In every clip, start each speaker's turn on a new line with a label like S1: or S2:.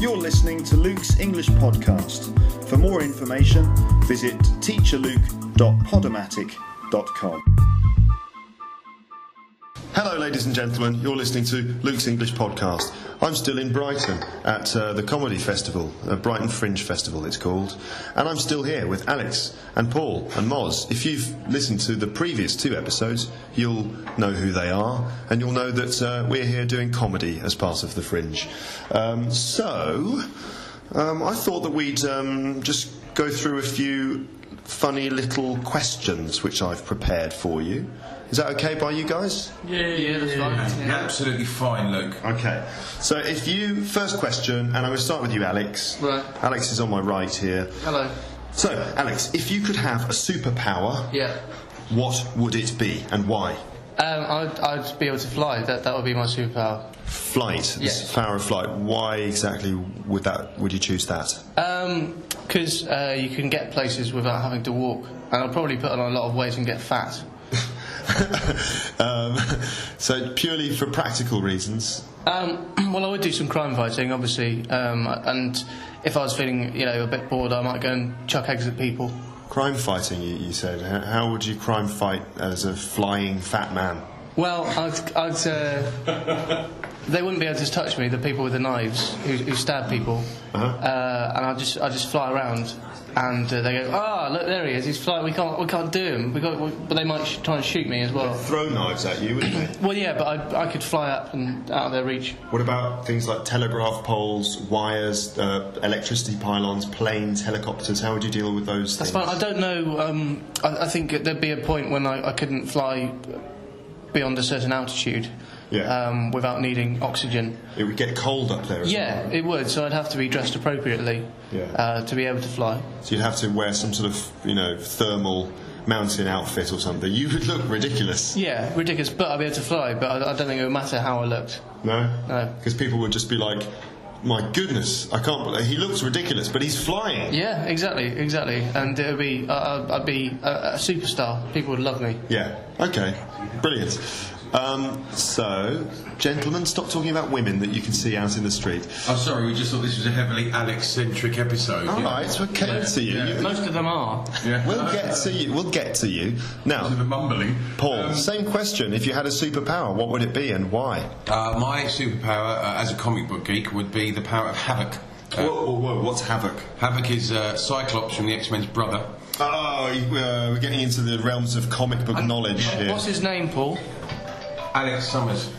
S1: You're listening to Luke's English podcast. For more information, visit teacherluke.podomatic.com.
S2: Hello, ladies and gentlemen. You're listening to Luke's English Podcast. I'm still in Brighton at uh, the Comedy Festival, uh, Brighton Fringe Festival, it's called. And I'm still here with Alex and Paul and Moz. If you've listened to the previous two episodes, you'll know who they are, and you'll know that uh, we're here doing comedy as part of the Fringe. Um, so, um, I thought that we'd um, just go through a few funny little questions which I've prepared for you. Is that okay by you guys?
S3: Yeah, that's fine.
S4: Absolutely fine, Luke.
S2: Okay. So if you first question, and I will start with you, Alex.
S3: Right.
S2: Alex is on my right here.
S3: Hello.
S2: So, Alex, if you could have a superpower,
S3: Yeah.
S2: what would it be and why?
S3: Um, I'd, I'd be able to fly. That that would be my superpower.
S2: Flight. This
S3: Yeah.
S2: power of flight. Why exactly would that? Would you choose that?
S3: Because uh, you can get places without having to walk, and I'll probably put on a lot of weight and get fat.
S2: um, so purely for practical reasons.
S3: Um, well, I would do some crime fighting, obviously, um, and if I was feeling you know a bit bored, I might go and chuck eggs at people.
S2: Crime fighting. You, you said. H- How would you crime fight as a flying fat man?
S3: Well, I'd, I'd uh, they wouldn't be able to touch me. The people with the knives who, who stab people, uh
S2: Uh-huh.
S3: and I just I just fly around, and uh, they go, ah, look there he is. He's flying. We can't we can't do him. We got, we, but they might sh- try and shoot me as well.
S2: Throw knives at you, wouldn't they?
S3: Well, yeah, but I, I could fly up and out of their reach.
S2: What about things like telegraph poles, wires, uh, electricity pylons, planes, helicopters? How would you deal with those
S3: That's
S2: things?
S3: fine. I don't know. Um, I, I think there'd be a point when I, I couldn't fly beyond a certain altitude.
S2: Yeah.
S3: Um, without needing oxygen.
S2: It would get cold up there. as
S3: Yeah, it would. So I'd have to be dressed appropriately
S2: Yeah.
S3: uh, to be able to fly.
S2: well. So you'd have to wear some sort of, you know, thermal mountain outfit or something. You would look ridiculous.
S3: Yeah, ridiculous. But I'll be able to fly. But I, I don't think it would matter how I looked.
S2: No?
S3: No.
S2: Because people would just be like, my goodness, I can't believe he looks ridiculous, but he's flying.
S3: Yeah, exactly, exactly. And it would be, I I- I'd be a, a superstar. People would love me.
S2: Yeah. Okay. Brilliant. Um, so, gentlemen, stop talking about women that you can see out in the street.
S4: I'm sorry, we just thought this was a heavily Alex-centric episode.
S2: All
S4: yeah.
S2: right, we're coming to you.
S4: Yeah.
S2: You-
S3: Most of them are.
S4: Yeah. Uh,
S2: We'll get to you. We'll get to you.
S4: The
S2: Now,
S4: mumbling.
S2: Paul,
S4: Um,
S2: same question. If you had a superpower, what would it be and why?
S4: uh, my superpower uh, as a comic book geek would be the power of Havoc. Uh,
S2: What's havoc?
S4: Havoc is uh, Cyclops from the X-Men's brother.
S2: Oh, you- uh, we're getting into the realms of comic book knowledge here.
S3: What's his name, Paul?
S4: Alex Summers.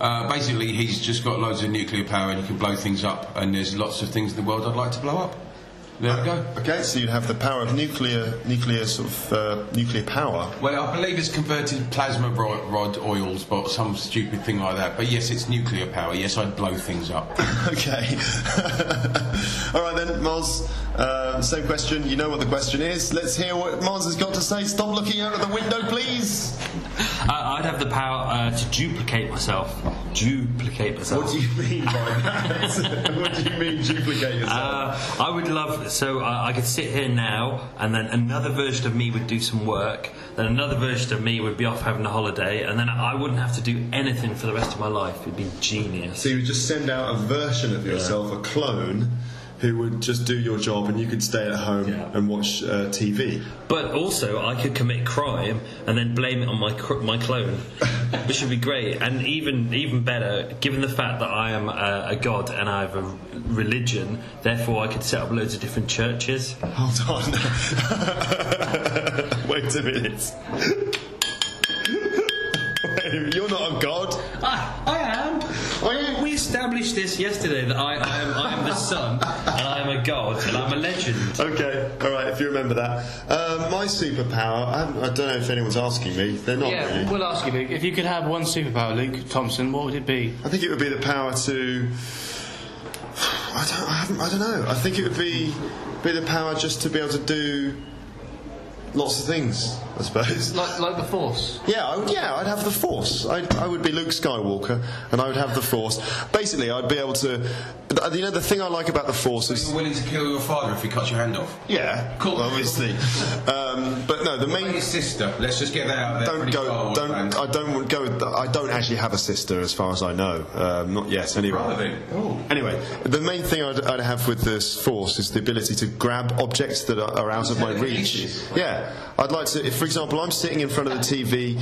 S4: Uh, basically, he's just got loads of nuclear power and he can blow things up. And there's lots of things in the world I'd like to blow up. There we go.
S2: Okay, so you have the power of nuclear, nuclear sort of uh, nuclear power.
S4: Well, I believe it's converted plasma ro- rod oils, but some stupid thing like that. But yes, it's nuclear power. Yes, I'd blow things up.
S2: okay. All right then, Moz. Uh, same question. You know what the question is. Let's hear what Moz has got to say. Stop looking out of the window, please.
S5: Uh, I'd have the power uh, to duplicate myself. Duplicate myself.
S2: What do you mean by that? what do you mean duplicate yourself?
S5: uh, I would love so uh, I could sit here now, and then another version of me would do some work. Then another version of me would be off having a holiday, and then I wouldn't have to do anything for the rest of my life. It'd be genius.
S2: So you would just send out a version of yourself, a clone, who would just do your job, and you could stay at home
S5: Yeah.
S2: and watch uh, TV.
S5: But also, I could commit crime and then blame it on my cr- my clone, which would be great. And even even better, given the fact that I am uh, a, a god and I have a r- religion, therefore I could set up loads of different churches.
S2: Hold on. Wait a minute. Wait, You're not a god.
S5: I, I am.
S2: Are you?
S5: We established this yesterday that I, I am I am the sun and I am a god and I'm a legend.
S2: Okay, all right. If you remember that, um, my superpower. I, haven't- I don't know if anyone's asking me. They're not
S3: yeah,
S2: really.
S3: we'll ask you, Luke. If you could have one superpower, Luke Thompson, what would it be?
S2: I think it would be the power to. I don't. I, haven't, I don't know. I think it would be be the power just to be able to do lots of things, I suppose.
S3: Like, like the Force.
S2: Yeah, I would, yeah, I'd have the Force. I'd, I would be Luke Skywalker, and I would have the Force. Basically, I'd be able to. but, You know, the thing I like about the Force is.
S4: You're willing to kill your father if he cuts your hand off.
S2: Yeah,
S4: Cool.
S2: obviously. Um, but no, the
S4: Or
S2: main.
S4: your sister. Let's just get that out there.
S2: Don't
S4: Pretty Star
S2: go.
S4: Wars
S2: Don't.
S4: fans.
S2: I don't want- go. with the- I don't actually have a sister, as far as I know. Um, not yet, anyway.
S4: Probably. Oh.
S2: Anyway, the main thing I'd, I'd have with this force is the ability to grab objects that are, are out of my reach. Yeah, I'd like to. If, for example, I'm sitting in front of the TV.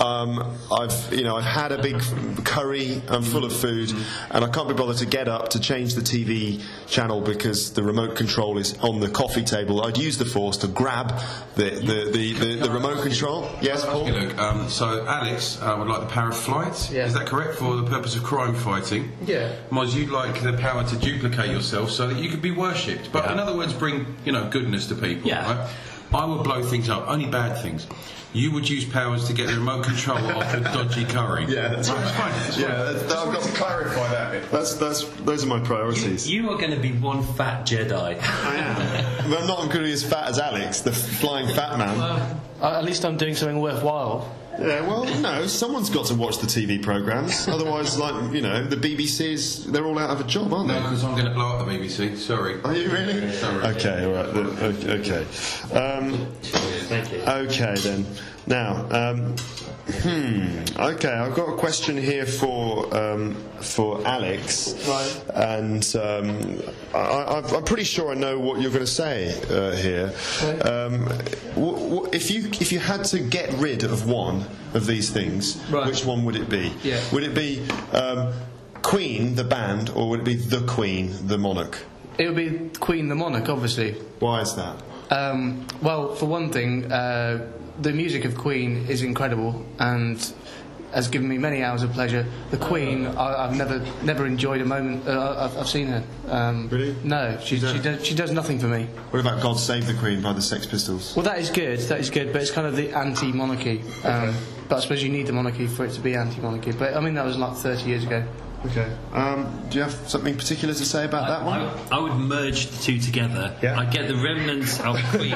S2: Um, I've, you know, I've had a big curry. I'm full of food,
S4: Mm-hmm.
S2: and I can't be bothered to get up to change the TV channel because the remote control is on the coffee table. I'd use the force to grab the the, the, the, the remote control. Yes, Paul?
S4: Okay, look, um, so Alex uh, would like the power of flight.
S3: Yeah.
S4: Is that correct for the purpose of crime fighting?
S3: Yeah.
S4: Moz, you'd like the power to duplicate yourself so that you could be worshipped. But in other words, bring you know goodness to people.
S5: Yeah.
S4: Right? I would blow things up, only bad things. You would use powers to get the remote control off the dodgy curry.
S2: Yeah, that's
S4: Right, fine. that's
S2: Yeah,
S4: fine.
S2: that's-
S4: Just
S2: I've
S4: wanted
S2: got-
S4: to clarify that bit.
S2: That's that's those are my priorities.
S5: You are going to be one fat Jedi.
S2: I am. but I'm not going to be as fat as Alex, the flying fat man.
S3: Uh, at least I'm doing something worthwhile.
S2: Yeah, well, no, someone's got to watch the TV programs. Otherwise, like you know, the BBC's they're all out of a job, aren't
S4: No,
S2: they?
S4: because I'm going to blow up the BBC. Sorry.
S2: Are you really?
S4: Sorry.
S2: Okay, all right. the- Okay. Um,
S5: Thank you.
S2: Okay then. Now, um, hmm. Okay, I've got a question here for um, for Alex,
S3: Right.
S2: and um, I, I, I'm pretty sure I know what you're going to say uh, here. Um, wh- wh- if you if you had to get rid of one of these things,
S3: Right.
S2: which one would it be?
S3: Yeah.
S2: Would it be um, Queen the band, or would it be the Queen the monarch?
S3: It would be Queen the Monarch, obviously.
S2: Why is that?
S3: Um, well, for one thing, uh, the music of Queen is incredible and has given me many hours of pleasure. The Queen, I, I've never never enjoyed a moment. Uh, I've, I've seen her. Um,
S2: Really?
S3: No, she, she, does, she does nothing for me.
S2: What about God Save the Queen by the Sex Pistols?
S3: Well, that is good. That is good, but it's kind of the anti-monarchy. Um, But I suppose you need the monarchy for it to be anti-monarchy. But I mean, that was like 30 years ago.
S2: Okay. Um, do you have something particular to say about that one?
S5: I, I would merge the two together.
S2: Yeah.
S5: I'd get the remnants of Queen,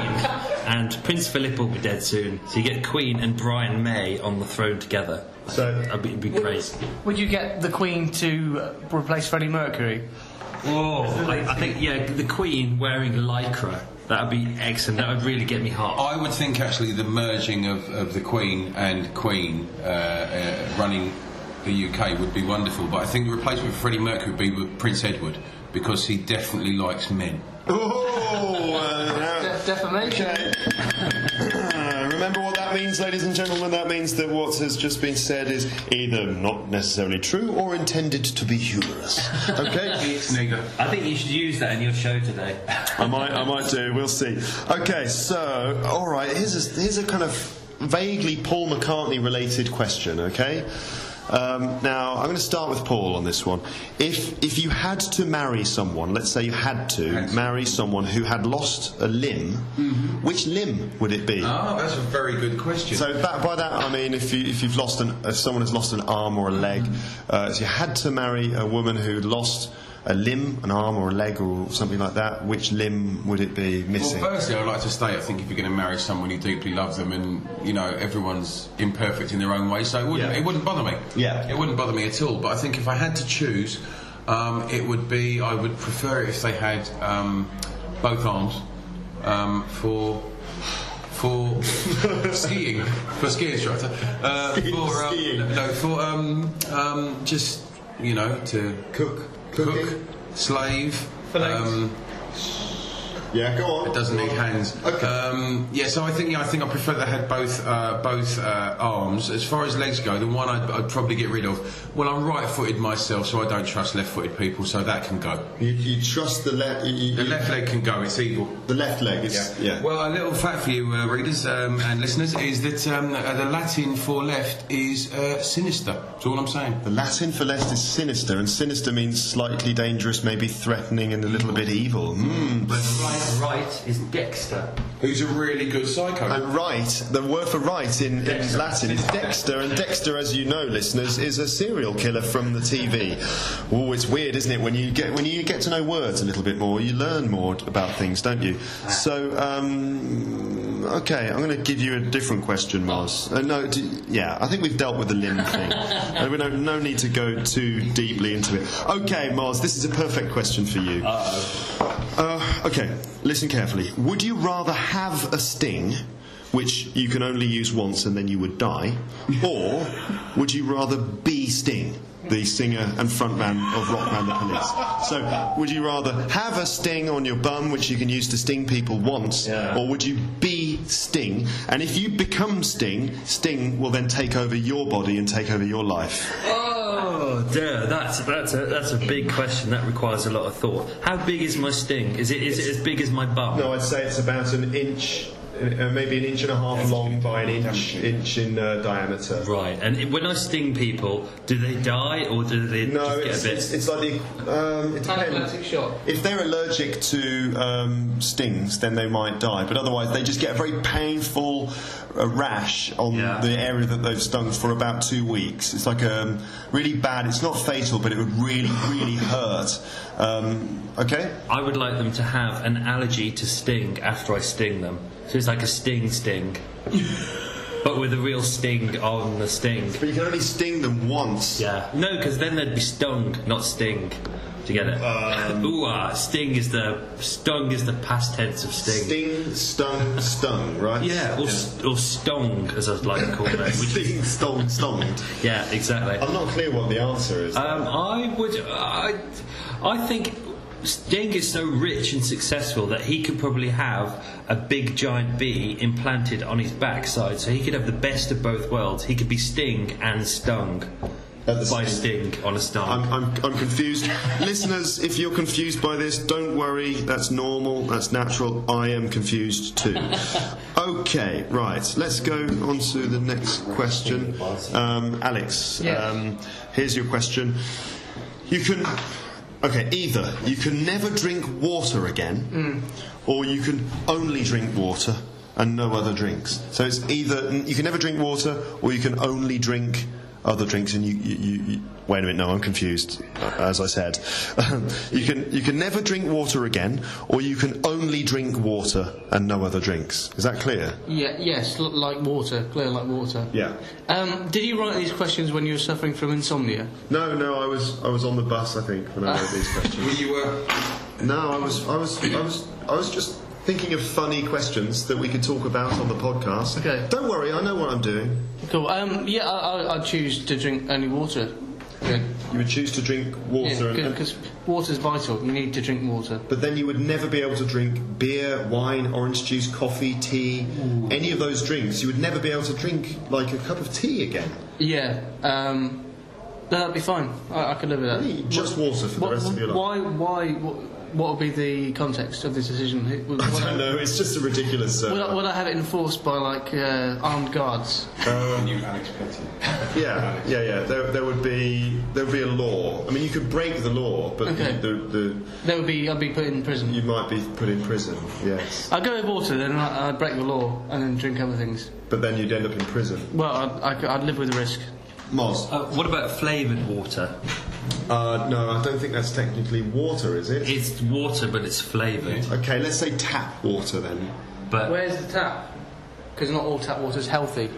S5: and Prince Philip will be dead soon. So you get Queen and Brian May on the throne together.
S2: So-
S5: that'd be, it'd be great.
S3: Would you get the Queen to uh, replace Freddie Mercury?
S5: Oh, I, I think yeah, the Queen wearing lycra. That'd be excellent. That would really get me hot.
S4: I would think actually the merging of, of the Queen and Queen uh, uh, running the UK would be wonderful, but I think the replacement for Freddie Mercury would be with Prince Edward because he definitely likes men.
S2: Oh, uh,
S3: defamation.
S2: now- remember what that means, ladies and gentlemen. That means that what has just been said is either not necessarily true or intended to be humorous. Okay.
S4: Nigger.
S5: I think you should use that in your show today.
S2: I might, I might do. We'll see. Okay. So, all right. Here's a, here's a kind of vaguely Paul McCartney related question. Okay. Um, now, I'm going to start with Paul on this one. If if you had to marry someone, let's say you had to marry someone who had lost a limb, which limb would it be?
S4: Ah, that's a very good question.
S2: So that, by that I mean if you if you've lost an if someone has lost an arm or a leg, uh, if you had to marry a woman who lost a limb, an arm or a leg or something like that, which limb would it be missing?
S4: Well, firstly, I'd like to state I think if you're going to marry someone, you deeply love them, and you know everyone's imperfect in their own way, so it wouldn't,
S2: Yeah.
S4: it wouldn't bother me.
S2: Yeah.
S4: it wouldn't bother me at all. But I think if I had to choose, um, it would be I would prefer it if they had um, both arms um, for. For skiing, for ski instructor, uh, for um,
S2: skiing.
S4: no, for um, um, just you know to cook, cook,
S2: Cooking.
S4: slave, um,
S2: yeah, go on.
S4: it doesn't need hands.
S2: Okay.
S4: Um, yeah, so I think yeah, I think I prefer they had both uh, both uh, arms. As far as legs go, the one I'd, I'd probably get rid of. Well, I'm right-footed myself, so I don't trust left-footed people. So that can go.
S2: You, you trust the left. You, you-
S4: The left leg can go. It's evil.
S2: the left leg is yeah.
S4: Well, a little fact for you uh, readers um, and listeners is that um, uh, the Latin for left is uh, sinister. That's all I'm saying.
S2: the Latin for left is sinister, and sinister means slightly dangerous, maybe threatening, and a little bit evil. Mm.
S5: right, right is Dexter.
S4: Who's a really good psycho?
S2: And right, the word for right in, in Latin is Dexter, and Dexter, as you know, listeners, is a serial killer from the TV. Oh, it's weird, isn't it? When you get when you get to know words a little bit more, you learn more about things, don't you? So, um, Um, okay, I'm going to give you a different question, Mars. Uh, no, do, yeah, I think we've dealt with the limb thing, and we don't no need to go too deeply into it. Okay, Mars, this is a perfect question for you. Uh, okay, listen carefully. Would you rather have a sting, which you can only use once and then you would die, or would you rather be Sting, the singer and frontman of Rockman the Police? So, would you rather have a sting on your bum, which you can use to sting people once,
S5: Yeah.
S2: or would you be Sting? And if you become Sting, Sting will then take over your body and take over your life.
S5: Oh, dear, that's that's a that's a big question. That requires a lot of thought. How big is my sting? Is it is it as big as my bum?
S2: I'd say it's about an inch. Uh, maybe an inch and a half long by an inch, inch in uh, diameter.
S5: Right. And it- when I sting people, do they die or do they
S2: No,
S5: just get
S2: it's,
S5: a bit?
S2: it's, it's like the. Um, it
S3: Anaphylactic
S2: depends.
S3: shock.
S2: If they're allergic to um, stings, then they might die. But otherwise, they just get a very painful uh, rash on
S5: Yeah.
S2: the area that they've stung for about two weeks. It's like um, really bad. It's not fatal, but it would really, really hurt. Um, okay?
S5: I would like them to have an allergy to sting after I sting them. So it's like a sting sting. but with a real sting on the sting.
S2: But you can only sting them once.
S5: Yeah. No, because then they'd be stung, not sting. Do you get it? Ooh, ah, sting is the stung is the past tense of sting.
S2: Sting, stung, stung, right?
S5: Yeah, or, st or stong, as I'd like to call it. which is-
S2: Sting, stung, stung.
S5: yeah, exactly.
S2: I'm not clear what the answer is.
S5: Um, I would. I, I think Sting is so rich and successful that he could probably have a big giant bee implanted on his backside, so he could have the best of both worlds. He could be Sting and stung
S2: At the
S5: by
S2: same-
S5: Sting on a stung.
S2: I'm, I'm, I'm confused. Listeners, if you're confused by this, don't worry. That's normal. That's natural. I am confused too. Okay, right. Let's go on to the next question. Um, Alex,
S3: Yes.
S2: um, here's your question. You can. Okay, either you can never drink water again, or you can only drink water and no other drinks. So it's either you can never drink water, or you can only drink other drinks. And you, you, you, you wait a minute, no, I'm confused. uh, As I said, you can you can never drink water again, or you can only drink water and no other drinks. Is that clear?
S3: Yeah, yes, l- like water, clear like water.
S2: Yeah.
S3: Um, did you write these questions when you were suffering from insomnia?
S2: No, no, I was I was on the bus, I think, when I wrote these questions.
S4: Well, you uh, were.
S2: No, I was, I was, I was, I was just thinking of funny questions that we could talk about on the podcast.
S3: Okay.
S2: Don't worry, I know what I'm doing.
S3: Cool. Um, yeah, I, I, I choose to drink only water.
S2: You would choose to drink water, and,
S3: Because water's vital. You need to drink water.
S2: but then you would never be able to drink beer, wine, orange juice, coffee, tea, any of those drinks. You would never be able to drink like a cup of tea again.
S3: Yeah. Um, no, that'd be fine. I, I could live with that.
S2: Really, just water for the
S3: What-
S2: rest of your life.
S3: Why? Why? What, what would be the context of this decision? Who- Would,
S2: I
S3: would
S2: don't know. It's just a ridiculous. Uh,
S3: Would I, would I have it enforced by like uh, armed guards?
S4: you, Alex Petty.
S2: Yeah, yeah, yeah. There, there would be there would be a law. I mean, you could break the law, but
S3: Okay.
S2: the, the,
S3: They would be. I'd be put in prison.
S2: the you might be put in prison. Yes.
S3: I'd go with water, then I- I'd break the law and then drink other things.
S2: But then you'd end up in prison.
S3: Well, I'd, I could- I'd live with the risk.
S2: Moz.
S5: Uh, what about flavoured water?
S2: Uh, no, I don't think that's technically water, is it?
S5: It's water, but it's flavoured.
S2: Okay, let's say tap water then.
S5: But
S3: Where's the tap? Because not all tap water's healthy.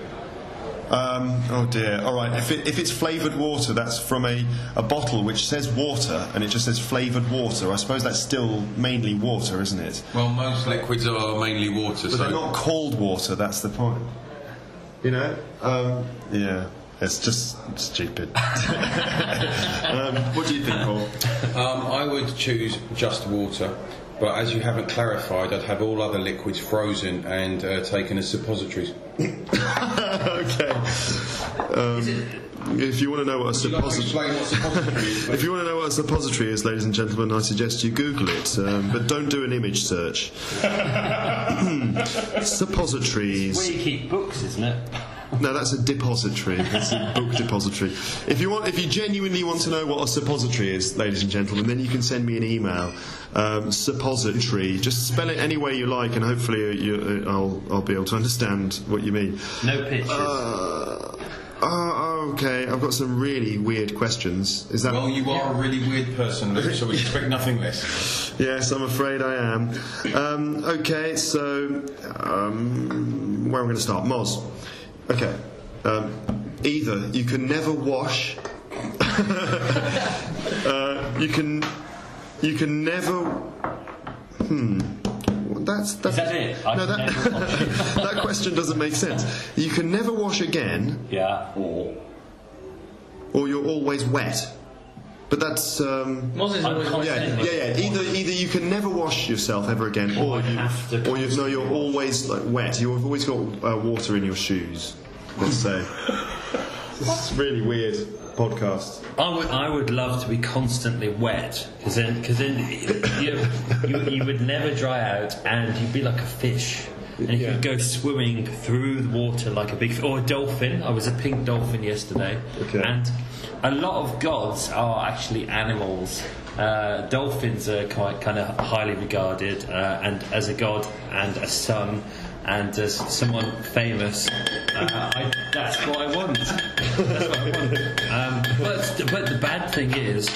S2: Um, oh dear. All right. If, it, if it's flavoured water, that's from a, a bottle which says water and it just says flavoured water. I suppose that's still mainly water, isn't it?
S4: Well, most liquids are mainly water,
S2: But
S4: so.
S2: they're not called water. That's the point. You know. Um, yeah. It's just stupid. um, what do you think, Paul?
S4: Um, I would choose just water, but as you haven't clarified, I'd have all other liquids frozen and uh, taken as suppositories.
S2: okay. Um, if you want to know what a
S4: Would you like to
S2: suppository.
S4: explain what suppository is?
S2: If you want to know what a suppository is, ladies and gentlemen, I suggest you Google it, um, but don't do an image search. Suppositories.
S5: you keep books, isn't it?
S2: No, that's a depository. It's a book depository. If you want, if you genuinely want to know what a suppository is, ladies and gentlemen, then you can send me an email. Um, suppository. Just spell it any way you like, and hopefully uh, you, I'll I'll be able to understand what you mean.
S5: No pictures.
S2: Uh, oh, oh, okay, I've got some really weird questions. Is that
S4: Well, you are a really weird person, Luke, so we expect nothing less.
S2: Yes, I'm afraid I am. Um, okay, so um, where am I going to start? Moz. Okay. Um, either you can never wash. uh, you can. You can never. Hmm. Well, That's, that's
S6: that it? I
S2: no,
S6: can
S2: that,
S6: never wash.
S2: that question doesn't make sense. You can never wash again,
S6: Yeah, or
S2: or you're always wet. But that's um,
S3: Moz is always
S6: can't
S3: my
S6: say
S2: yeah,
S6: anything.
S2: yeah, yeah. Either either you can never wash yourself ever again, or
S6: I
S2: you,
S6: have to
S2: or you know you're always like wet. You've always got uh, water in your shoes. Let's say. this is really weird podcast.
S5: I would, I would love to be constantly wet because then, because then you, you, you would never dry out and you'd be like a fish. And you could go swimming through the water like a big f- or a dolphin. I was a pink dolphin yesterday.
S2: Okay.
S5: And a lot of gods are actually animals. Uh, dolphins are quite kind of highly regarded uh, and as a god and a son and as someone famous. Uh, I, that's what I want. That's what I want. Um, but, but the bad thing is,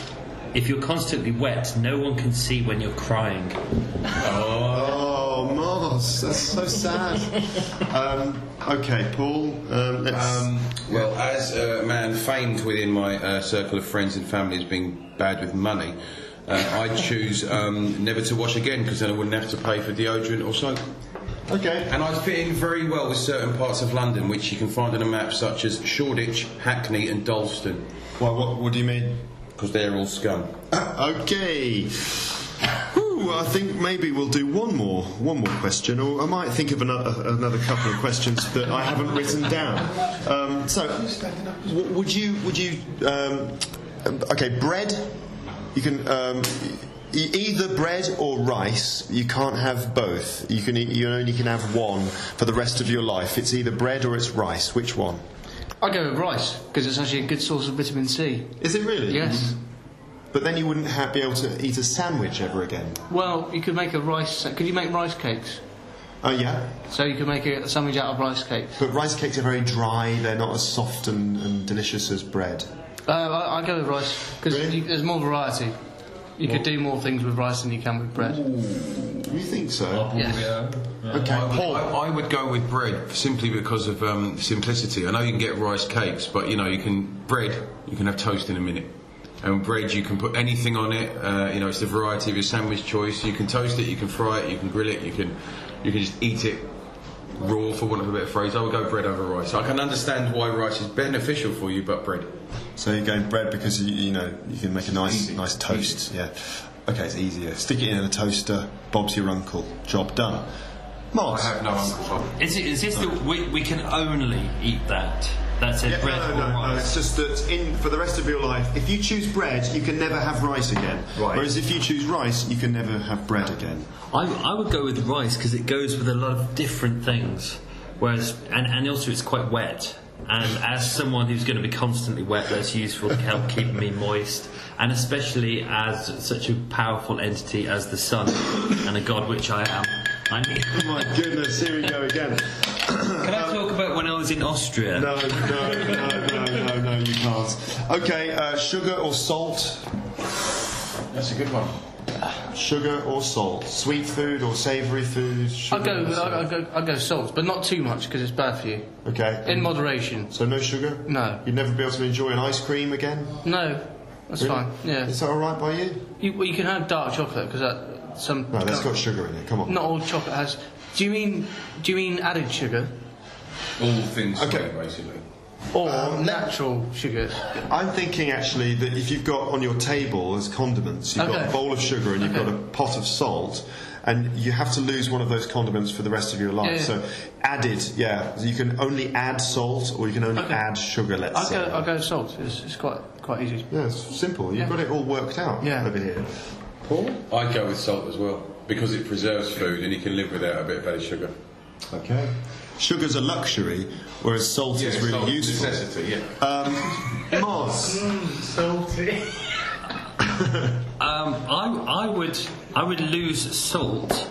S5: if you're constantly wet, no one can see when you're crying.
S2: Oh, Mars, that's so sad. um, okay, Paul. Um, let's.
S4: Um, well, as a man famed within my uh, circle of friends and family as being bad with money, uh, I choose um, never to wash again because then I wouldn't have to pay for deodorant or soap.
S2: okay.
S4: And I fit in very well with certain parts of London, which you can find on a map, such as Shoreditch, Hackney, and Dalston,
S2: Well, what, what do you mean?
S4: because they're all scum.
S2: Okay. Whew, I think maybe we'll do one more, one more question, or I might think of another, another couple of questions that I haven't written down. Um, so, w- would you, would you, um, okay, bread? You can um, e- either bread or rice. You can't have both. You can, eat, you only can have one for the rest of your life. It's either bread or it's rice. Which one?
S3: I go with rice because it's actually a good source of vitamin C.
S2: Is it really?
S3: Yes.
S2: But then you wouldn't ha- be able to eat a sandwich ever again.
S3: Well, you could make a rice. uh, Could you make rice cakes?
S2: Oh yeah.
S3: So you could make a sandwich out of rice cakes.
S2: But rice cakes are very dry, they're not as soft and, and delicious as bread.
S3: Uh, I, I go with rice because
S2: Really?
S3: there's more variety. You could do more things with rice than you can with bread.
S2: You think so?
S3: Yes.
S2: Okay,
S4: I would,
S2: Paul.
S4: I, I would go with bread simply because of um, simplicity. I know you can get rice cakes, but you know you can bread. You can have toast in a minute, and bread you can put anything on it. Uh, you know it's the variety of your sandwich choice. You can toast it, you can fry it, you can grill it, you can you can just eat it raw, for want of a better phrase. I would go bread over rice. I can understand why rice is beneficial for you, but bread.
S2: So you're going bread because you, you know you can make a nice nice toast. Yeah. Okay, it's easier. Stick it in a toaster. Bob's your uncle. Job done. Mark.
S4: I have no uncle Tom.
S5: Is, it, is this the we, we can only eat that? That's it, bread
S2: no,
S5: or
S2: no, no, It's
S5: rice.
S2: just that in for the rest of your life, if you choose bread, you can never have rice again.
S4: Right.
S2: Whereas if you choose rice, you can never have bread again.
S5: I, I would go with rice because it goes with a lot of different things. Whereas, and, and also it's quite wet. And as someone who's going to be constantly wet, that's useful to help keep me moist. And especially as such a powerful entity as the sun and a god which I am. I need.
S2: My goodness, here we go again.
S5: Can I talk about when I was in Austria?
S2: No, no, no, no, no, no, you can't. Okay, uh, sugar or salt?
S4: That's a good one.
S2: Sugar or salt? Sweet food or savoury food?
S3: I
S2: Sugar
S3: go,
S2: or salt?
S3: I, I go, I go salt, but not too much because it's bad for you.
S2: Okay.
S3: In moderation.
S2: so no sugar?
S3: No.
S2: You'd never be able to enjoy an ice cream again?
S3: No, that's fine. Yeah.
S2: Is that alright by you?
S3: You, well, you can have dark chocolate because that some.
S2: No, that's got sugar in it, come on.
S3: Not all chocolate has. Do you mean? Do you mean added sugar
S4: All things
S2: Okay.
S4: bread, basically.
S3: or natural sugars?
S2: I'm thinking actually that if you've got on your table as condiments, you've got
S3: Okay.
S2: a bowl of sugar and you've
S3: Okay.
S2: got a pot of salt, and you have to lose one of those condiments for the rest of your life.
S3: Yeah,
S2: So
S3: yeah.
S2: added, yeah, you can only add salt or you can only
S3: Okay.
S2: add sugar. Let's
S3: I
S2: say.
S3: go. I go salt. It's, it's quite quite easy.
S2: Yeah, it's simple. You've got it all worked out
S3: Yeah.
S2: over here.
S4: I go with salt as well because it preserves food and you can live without a bit of added sugar.
S2: Okay. Sugar's a luxury, whereas salt is really
S4: salt is
S2: useful.
S4: Necessity, yeah.
S2: Um, Mars.
S5: Um, I, I would I would lose salt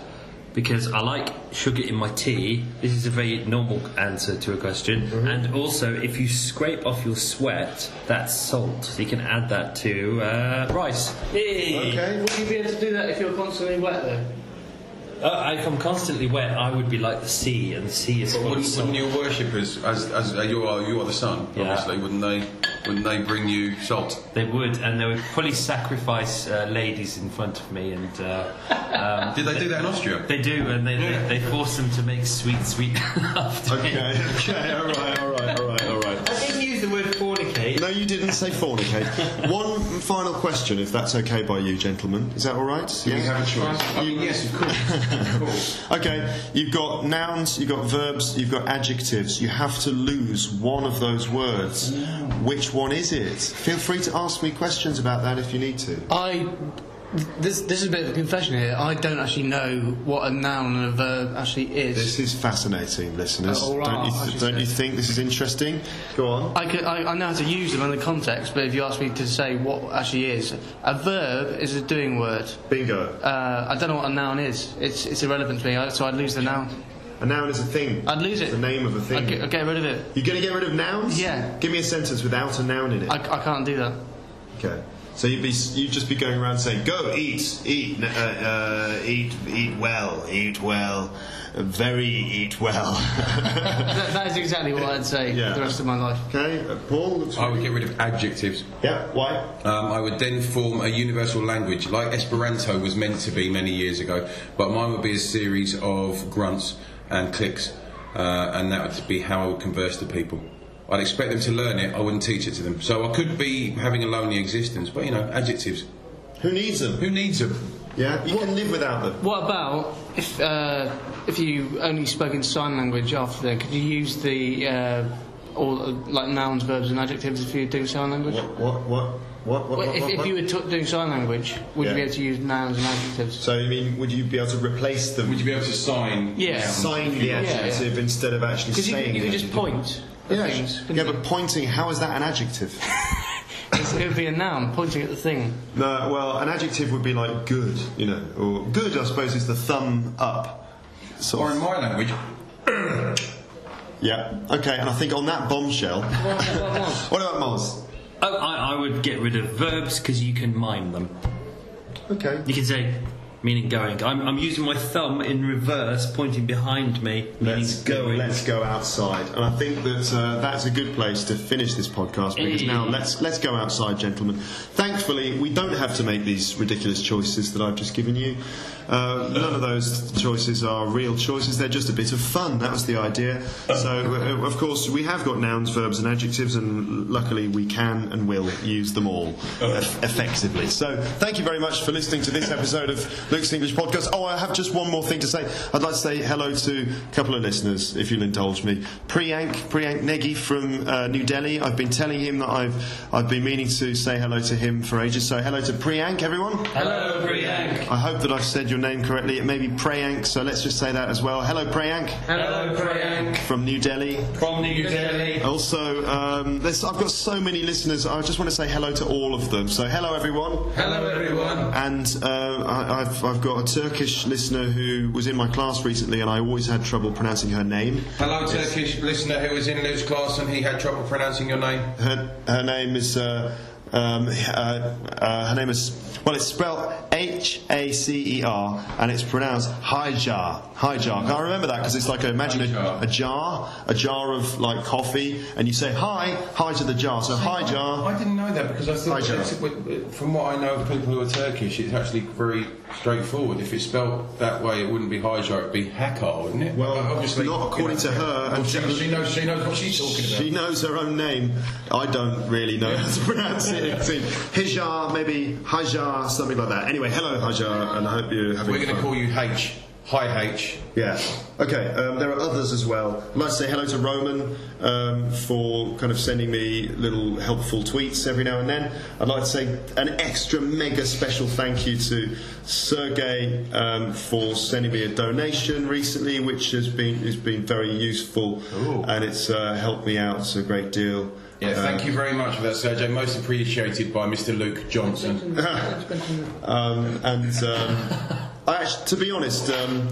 S5: because I like sugar in my tea. This is a very normal answer to a question.
S3: Mm-hmm.
S5: And also, if you scrape off your sweat, that's salt. So you can add that to uh, rice.
S2: Okay.
S3: Would you be able to do that if you're constantly wet, though?
S5: Uh, if I'm constantly wet, I would be like the sea, and the sea is full of
S4: Wouldn't,
S5: salt.
S4: wouldn't your worshippers, as, as uh, you are, you are the sun,
S5: Yeah.
S4: obviously, wouldn't they? Wouldn't they bring you salt?
S5: They would, and they would probably sacrifice uh, ladies in front of me, and uh, um,
S4: Did they do that in Austria?
S5: they do, and they, they, they force them to make sweet, sweet love to me.
S2: Okay, okay, all right, all right, all right, all right.
S5: I didn't use the word fornicate.
S2: No, you didn't say fornicate. One final question, if that's okay by you, gentlemen. Is that all right? Yeah.
S4: We have a choice. I mean, yes, of course. Of course.
S2: Okay, you've got nouns, you've got verbs, you've got adjectives. You have to lose one of those words. Which one is it? Feel free to ask me questions about that if you need to.
S3: I. This, this is a bit of a confession here. I don't actually know what a noun and a verb actually is.
S2: This is fascinating, listeners.
S3: Uh, all right,
S2: don't you,
S3: I should
S2: don't you
S3: say.
S2: think this is interesting? Go on.
S3: I, could, I, I know how to use them in the context, but if you ask me to say what actually is, a verb is a doing word.
S2: Bingo.
S3: Uh, I don't know what a noun is. It's, it's irrelevant to me, I- so I'd lose the noun.
S2: A noun is a thing.
S3: I'd lose it.
S2: The name of a thing.
S3: I'd get, I'd get rid of it.
S2: You're going to get rid of nouns?
S3: Yeah.
S2: Give me a sentence without a noun in it.
S3: I, I can't do that.
S2: Okay. So you'd be you'd just be going around saying, "Go eat, eat, n- uh, uh, eat, eat well, eat well, uh, very eat well."
S3: that, that is exactly what I'd say
S2: Yeah.
S3: for the rest of my life.
S2: okay, uh, Paul. Looks
S4: I would get rid of adjectives.
S2: yeah. Why?
S4: Um, I would then form a universal language, like Esperanto was meant to be many years ago, but mine would be a series of grunts and clicks, uh, and that would be how I would converse to people. I'd expect them to learn it, I wouldn't teach it to them. So I could be having a lonely existence, but you know, adjectives.
S2: Who needs them?
S4: Who needs them?
S2: Yeah. You can live without them.
S3: What about if uh, if you only spoke in sign language after then? Could you use the uh, all uh, like nouns, verbs, and adjectives if you were doing sign language?
S2: What? What? What? What? What?
S3: Well,
S2: what,
S3: if,
S2: what,
S3: if
S2: what?
S3: you were t- doing sign language, would
S2: Yeah.
S3: you be able to use nouns and adjectives?
S2: so you mean would you be able to replace them?
S4: Would you be able to sign?
S3: Yeah.
S2: sign the adjective instead of actually
S3: Because you,
S2: saying
S3: you
S2: the
S3: could just
S2: adjective?
S3: point. at
S2: Yeah,
S3: things, couldn't
S2: yeah,
S3: you?
S2: but pointing, how is that an adjective?
S3: It's- it would be a noun, pointing at the thing.
S2: No, well, an adjective would be like good, you know, or good, I suppose, is the thumb up. Sort
S4: Or in
S2: of.
S4: my language,
S2: Yeah. Okay, and I think on that bombshell. what about Moz?
S5: Oh, I, I would get rid of verbs because you can mime them.
S2: Okay.
S5: You can say, meaning going. I'm, I'm using my thumb in reverse, pointing behind me, meaning
S2: Let's
S5: going.
S2: Let's go outside, and I think that uh, that's a good place to finish this podcast because
S5: Hey.
S2: now let's let's go outside, gentlemen. Thankfully, we don't have to make these ridiculous choices that I've just given you. Uh, none of those choices are real choices; they're just a bit of fun. That was the idea. So, uh, of course, we have got nouns, verbs, and adjectives, and luckily we can and will use them all eff- effectively. So, thank you very much for listening to this episode of Luke's English Podcast. Oh, I have just one more thing to say. I'd like to say hello to a couple of listeners, if you'll indulge me. Priyank, Priyank Negi from uh, New Delhi. I've been telling him that I've, I've been meaning to say hello to him for ages. So, hello to Priyank, everyone.
S5: Hello, Priyank.
S2: I hope that I've said your name correctly. It may be Priyank, so let's just say that as well. Hello, Priyank
S5: Hello, Priyank.
S2: from New Delhi.
S5: From New Delhi.
S2: Also, um, there's, I've got so many listeners. I just want to say hello to all of them. So, hello everyone.
S4: hello everyone.
S2: And uh, I, I've, I've got a Turkish listener who was in my class recently, and I always had trouble pronouncing her name.
S4: Hello, Turkish listener who was in Luke's class and he had trouble pronouncing your name.
S2: Her, her name is. Uh, um, uh, uh, her name is. Well, it's spelled H A C E R, and it's pronounced Hijar. Hijar. Now, I remember that because it's like a, imagine a,
S4: Hijar.
S2: a jar, a jar of like coffee, and you say hi, hi to the jar. So hi jar.
S4: I didn't know that because I thought,
S2: Hijar.
S4: that's- w- w- from what I know of people who are Turkish, it's actually very straightforward. If it's spelt that way, it wouldn't be hijar, it'd be hakar, wouldn't it?
S2: Well,
S4: But
S2: not
S4: you
S2: according to her,
S4: well,
S2: and
S4: she,
S2: she-
S4: she knows, she knows what she's talking about.
S2: She knows her own name. I don't really know how to pronounce it. It's in Hijar, maybe Hajar, something like that. Anyway, hello Hajar, and I hope you're having
S4: We're going to
S2: fun.
S4: call you H. Hi, H.
S2: Yeah. Okay. Um, there are others as well. I'd like to say hello to Roman um, for kind of sending me little helpful tweets every now and then. I'd like to say an extra mega special thank you to Sergey um, for sending me a donation recently, which has been has been very useful and it's uh, helped me out a great deal.
S4: Yeah, thank you very much for that, Sergio. Most appreciated by Mr. Luke Johnson.
S2: Um, and um, I actually, to be honest, um,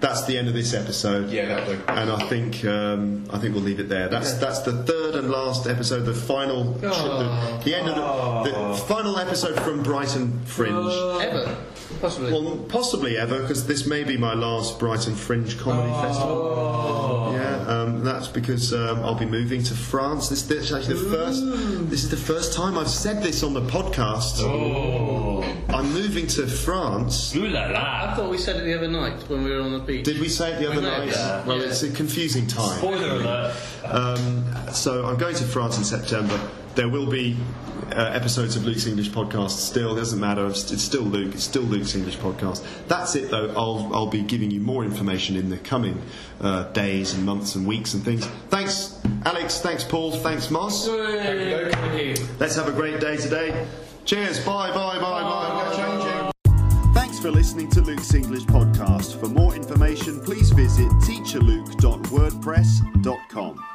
S2: that's the end of this episode.
S4: Yeah, that'll do.
S2: And I think um, I think we'll leave it there. That's that's the third and last episode, the final, the, the end of the, the final episode from Brighton Fringe.
S3: Ever. Possibly.
S2: Well, possibly ever, because this may be my last Brighton Fringe Comedy Festival. Yeah, um, that's because um, I'll be moving to France. This, this is actually the first. This is the first time I've said this on the podcast.
S5: Oh.
S2: I'm moving to France.
S5: Ooh la
S3: I
S5: la.
S3: thought we said it the other night when we were on the beach.
S2: Did we say it the other
S3: We may
S2: night?
S3: have, yeah.
S2: Well,
S3: Yeah.
S2: it's a confusing time.
S5: Spoiler alert.
S2: Um, so I'm going to France in September. There will be uh, episodes of Luke's English podcast. Still, doesn't matter. I'm st- It's still Luke. It's still Luke's English podcast. That's it, though. I'll I'll be giving you more information in the coming uh, days and months and weeks and things. Thanks, Alex. Thanks, Paul. Thanks, Moss. Let's have a great day today. Cheers. Bye. Bye. Bye. Bye. bye.
S1: Thanks for listening to Luke's English podcast. For more information, please visit teacherluke.wordpress.com.